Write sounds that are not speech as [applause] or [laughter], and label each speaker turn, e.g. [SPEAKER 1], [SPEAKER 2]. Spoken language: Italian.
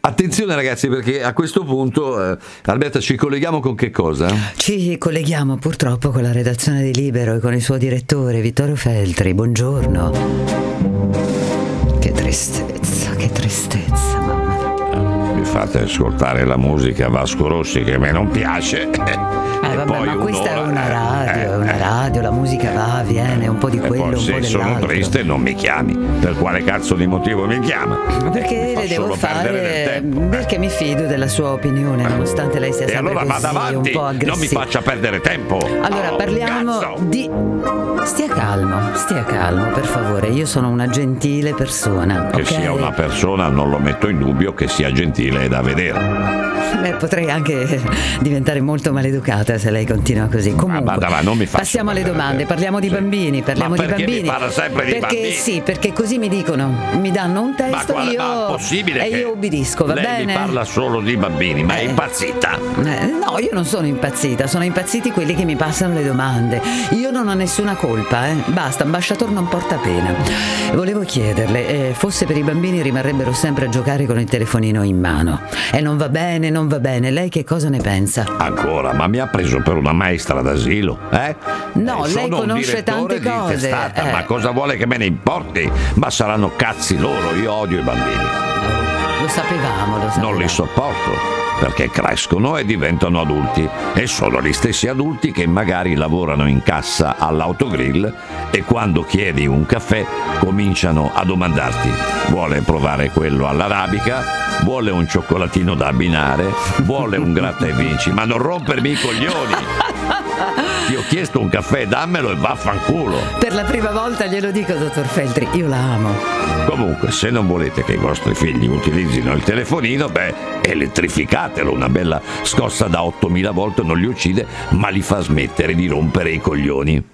[SPEAKER 1] Attenzione ragazzi perché a questo punto, eh, Alberta, ci colleghiamo con che cosa?
[SPEAKER 2] Ci colleghiamo purtroppo con la redazione di Libero e con il suo direttore Vittorio Feltri. Buongiorno. Che tristezza, che tristezza, mamma.
[SPEAKER 3] Mi fate ascoltare la musica a Vasco Rossi che a me non piace. [laughs]
[SPEAKER 2] Eh, vabbè, ma questa è una
[SPEAKER 3] eh,
[SPEAKER 2] radio, è una radio, la musica va, viene, un po' di
[SPEAKER 3] E
[SPEAKER 2] quello, un
[SPEAKER 3] poi
[SPEAKER 2] po'
[SPEAKER 3] se sono
[SPEAKER 2] dell'altro.
[SPEAKER 3] triste Eh, non mi chiami. Per quale cazzo di motivo mi chiama?
[SPEAKER 2] Ma
[SPEAKER 3] Mi
[SPEAKER 2] perché
[SPEAKER 3] fa
[SPEAKER 2] le devo
[SPEAKER 3] solo perdere del
[SPEAKER 2] fare? eh,
[SPEAKER 3] tempo. Eh,
[SPEAKER 2] Perché mi fido della sua opinione, nonostante lei sia
[SPEAKER 3] E
[SPEAKER 2] sempre
[SPEAKER 3] allora
[SPEAKER 2] così,
[SPEAKER 3] vada avanti,
[SPEAKER 2] un po'
[SPEAKER 3] non mi
[SPEAKER 2] aggressiva.
[SPEAKER 3] faccia perdere tempo.
[SPEAKER 2] Allora
[SPEAKER 3] Oh,
[SPEAKER 2] parliamo
[SPEAKER 3] cazzo!
[SPEAKER 2] di. Stia calmo, stia calmo, per favore. Io sono una gentile persona.
[SPEAKER 3] Che
[SPEAKER 2] ok?
[SPEAKER 3] sia una persona, non lo metto in dubbio, che sia gentile è da vedere.
[SPEAKER 2] Beh, potrei anche diventare molto maleducata se lei continua
[SPEAKER 3] Ah,
[SPEAKER 2] così. Comunque,
[SPEAKER 3] vada, va, non mi faccia
[SPEAKER 2] passiamo alle
[SPEAKER 3] perdere
[SPEAKER 2] domande.
[SPEAKER 3] tempo.
[SPEAKER 2] Parliamo di
[SPEAKER 3] Sì.
[SPEAKER 2] bambini. Parliamo
[SPEAKER 3] Ma
[SPEAKER 2] di
[SPEAKER 3] perché mi
[SPEAKER 2] bambini.
[SPEAKER 3] parla sempre di
[SPEAKER 2] perché
[SPEAKER 3] bambini?
[SPEAKER 2] sì, perché così mi dicono, mi danno un
[SPEAKER 3] Ma,
[SPEAKER 2] testo
[SPEAKER 3] quale-
[SPEAKER 2] Eh, io,
[SPEAKER 3] ma è possibile
[SPEAKER 2] e
[SPEAKER 3] che
[SPEAKER 2] io obbedisco, va
[SPEAKER 3] lei
[SPEAKER 2] bene?
[SPEAKER 3] mi parla solo di bambini, ma è
[SPEAKER 2] Eh.
[SPEAKER 3] impazzita.
[SPEAKER 2] Eh, No, io non sono impazzita, sono impazziti quelli che mi passano le domande. Io non ho nessuna colpa, eh. Basta, ambasciatore non porta pena. Volevo chiederle, eh, fosse per i bambini rimarrebbero sempre a giocare con il telefonino in mano. E non va bene, non va bene. Lei che cosa ne pensa?
[SPEAKER 3] Ancora, ma mi ha preso per una maestra d'asilo, eh?
[SPEAKER 2] No,
[SPEAKER 3] Eh,
[SPEAKER 2] lei
[SPEAKER 3] sono un
[SPEAKER 2] conosce tante
[SPEAKER 3] direttore di
[SPEAKER 2] cose,
[SPEAKER 3] testata,
[SPEAKER 2] eh.
[SPEAKER 3] Ma cosa vuole che me ne importi? Ma saranno cazzi loro, io odio i bambini.
[SPEAKER 2] Lo sapevamo, lo sapevamo.
[SPEAKER 3] Non li sopporto. Perché crescono e diventano adulti. E sono gli stessi adulti che magari lavorano in cassa all'autogrill e quando chiedi un caffè cominciano a domandarti: vuole provare quello all'arabica? Vuole un cioccolatino da abbinare? Vuole un gratta e vinci? Ma non rompermi i coglioni! Ti ho chiesto un caffè, dammelo e vaffanculo!
[SPEAKER 2] Per la prima volta glielo dico, dottor Feltri, io la amo.
[SPEAKER 3] Comunque, se non volete che i vostri figli utilizzino il telefonino, beh, elettrificatelo, una bella scossa da 8000 volte non li uccide, ma li fa smettere di rompere i coglioni.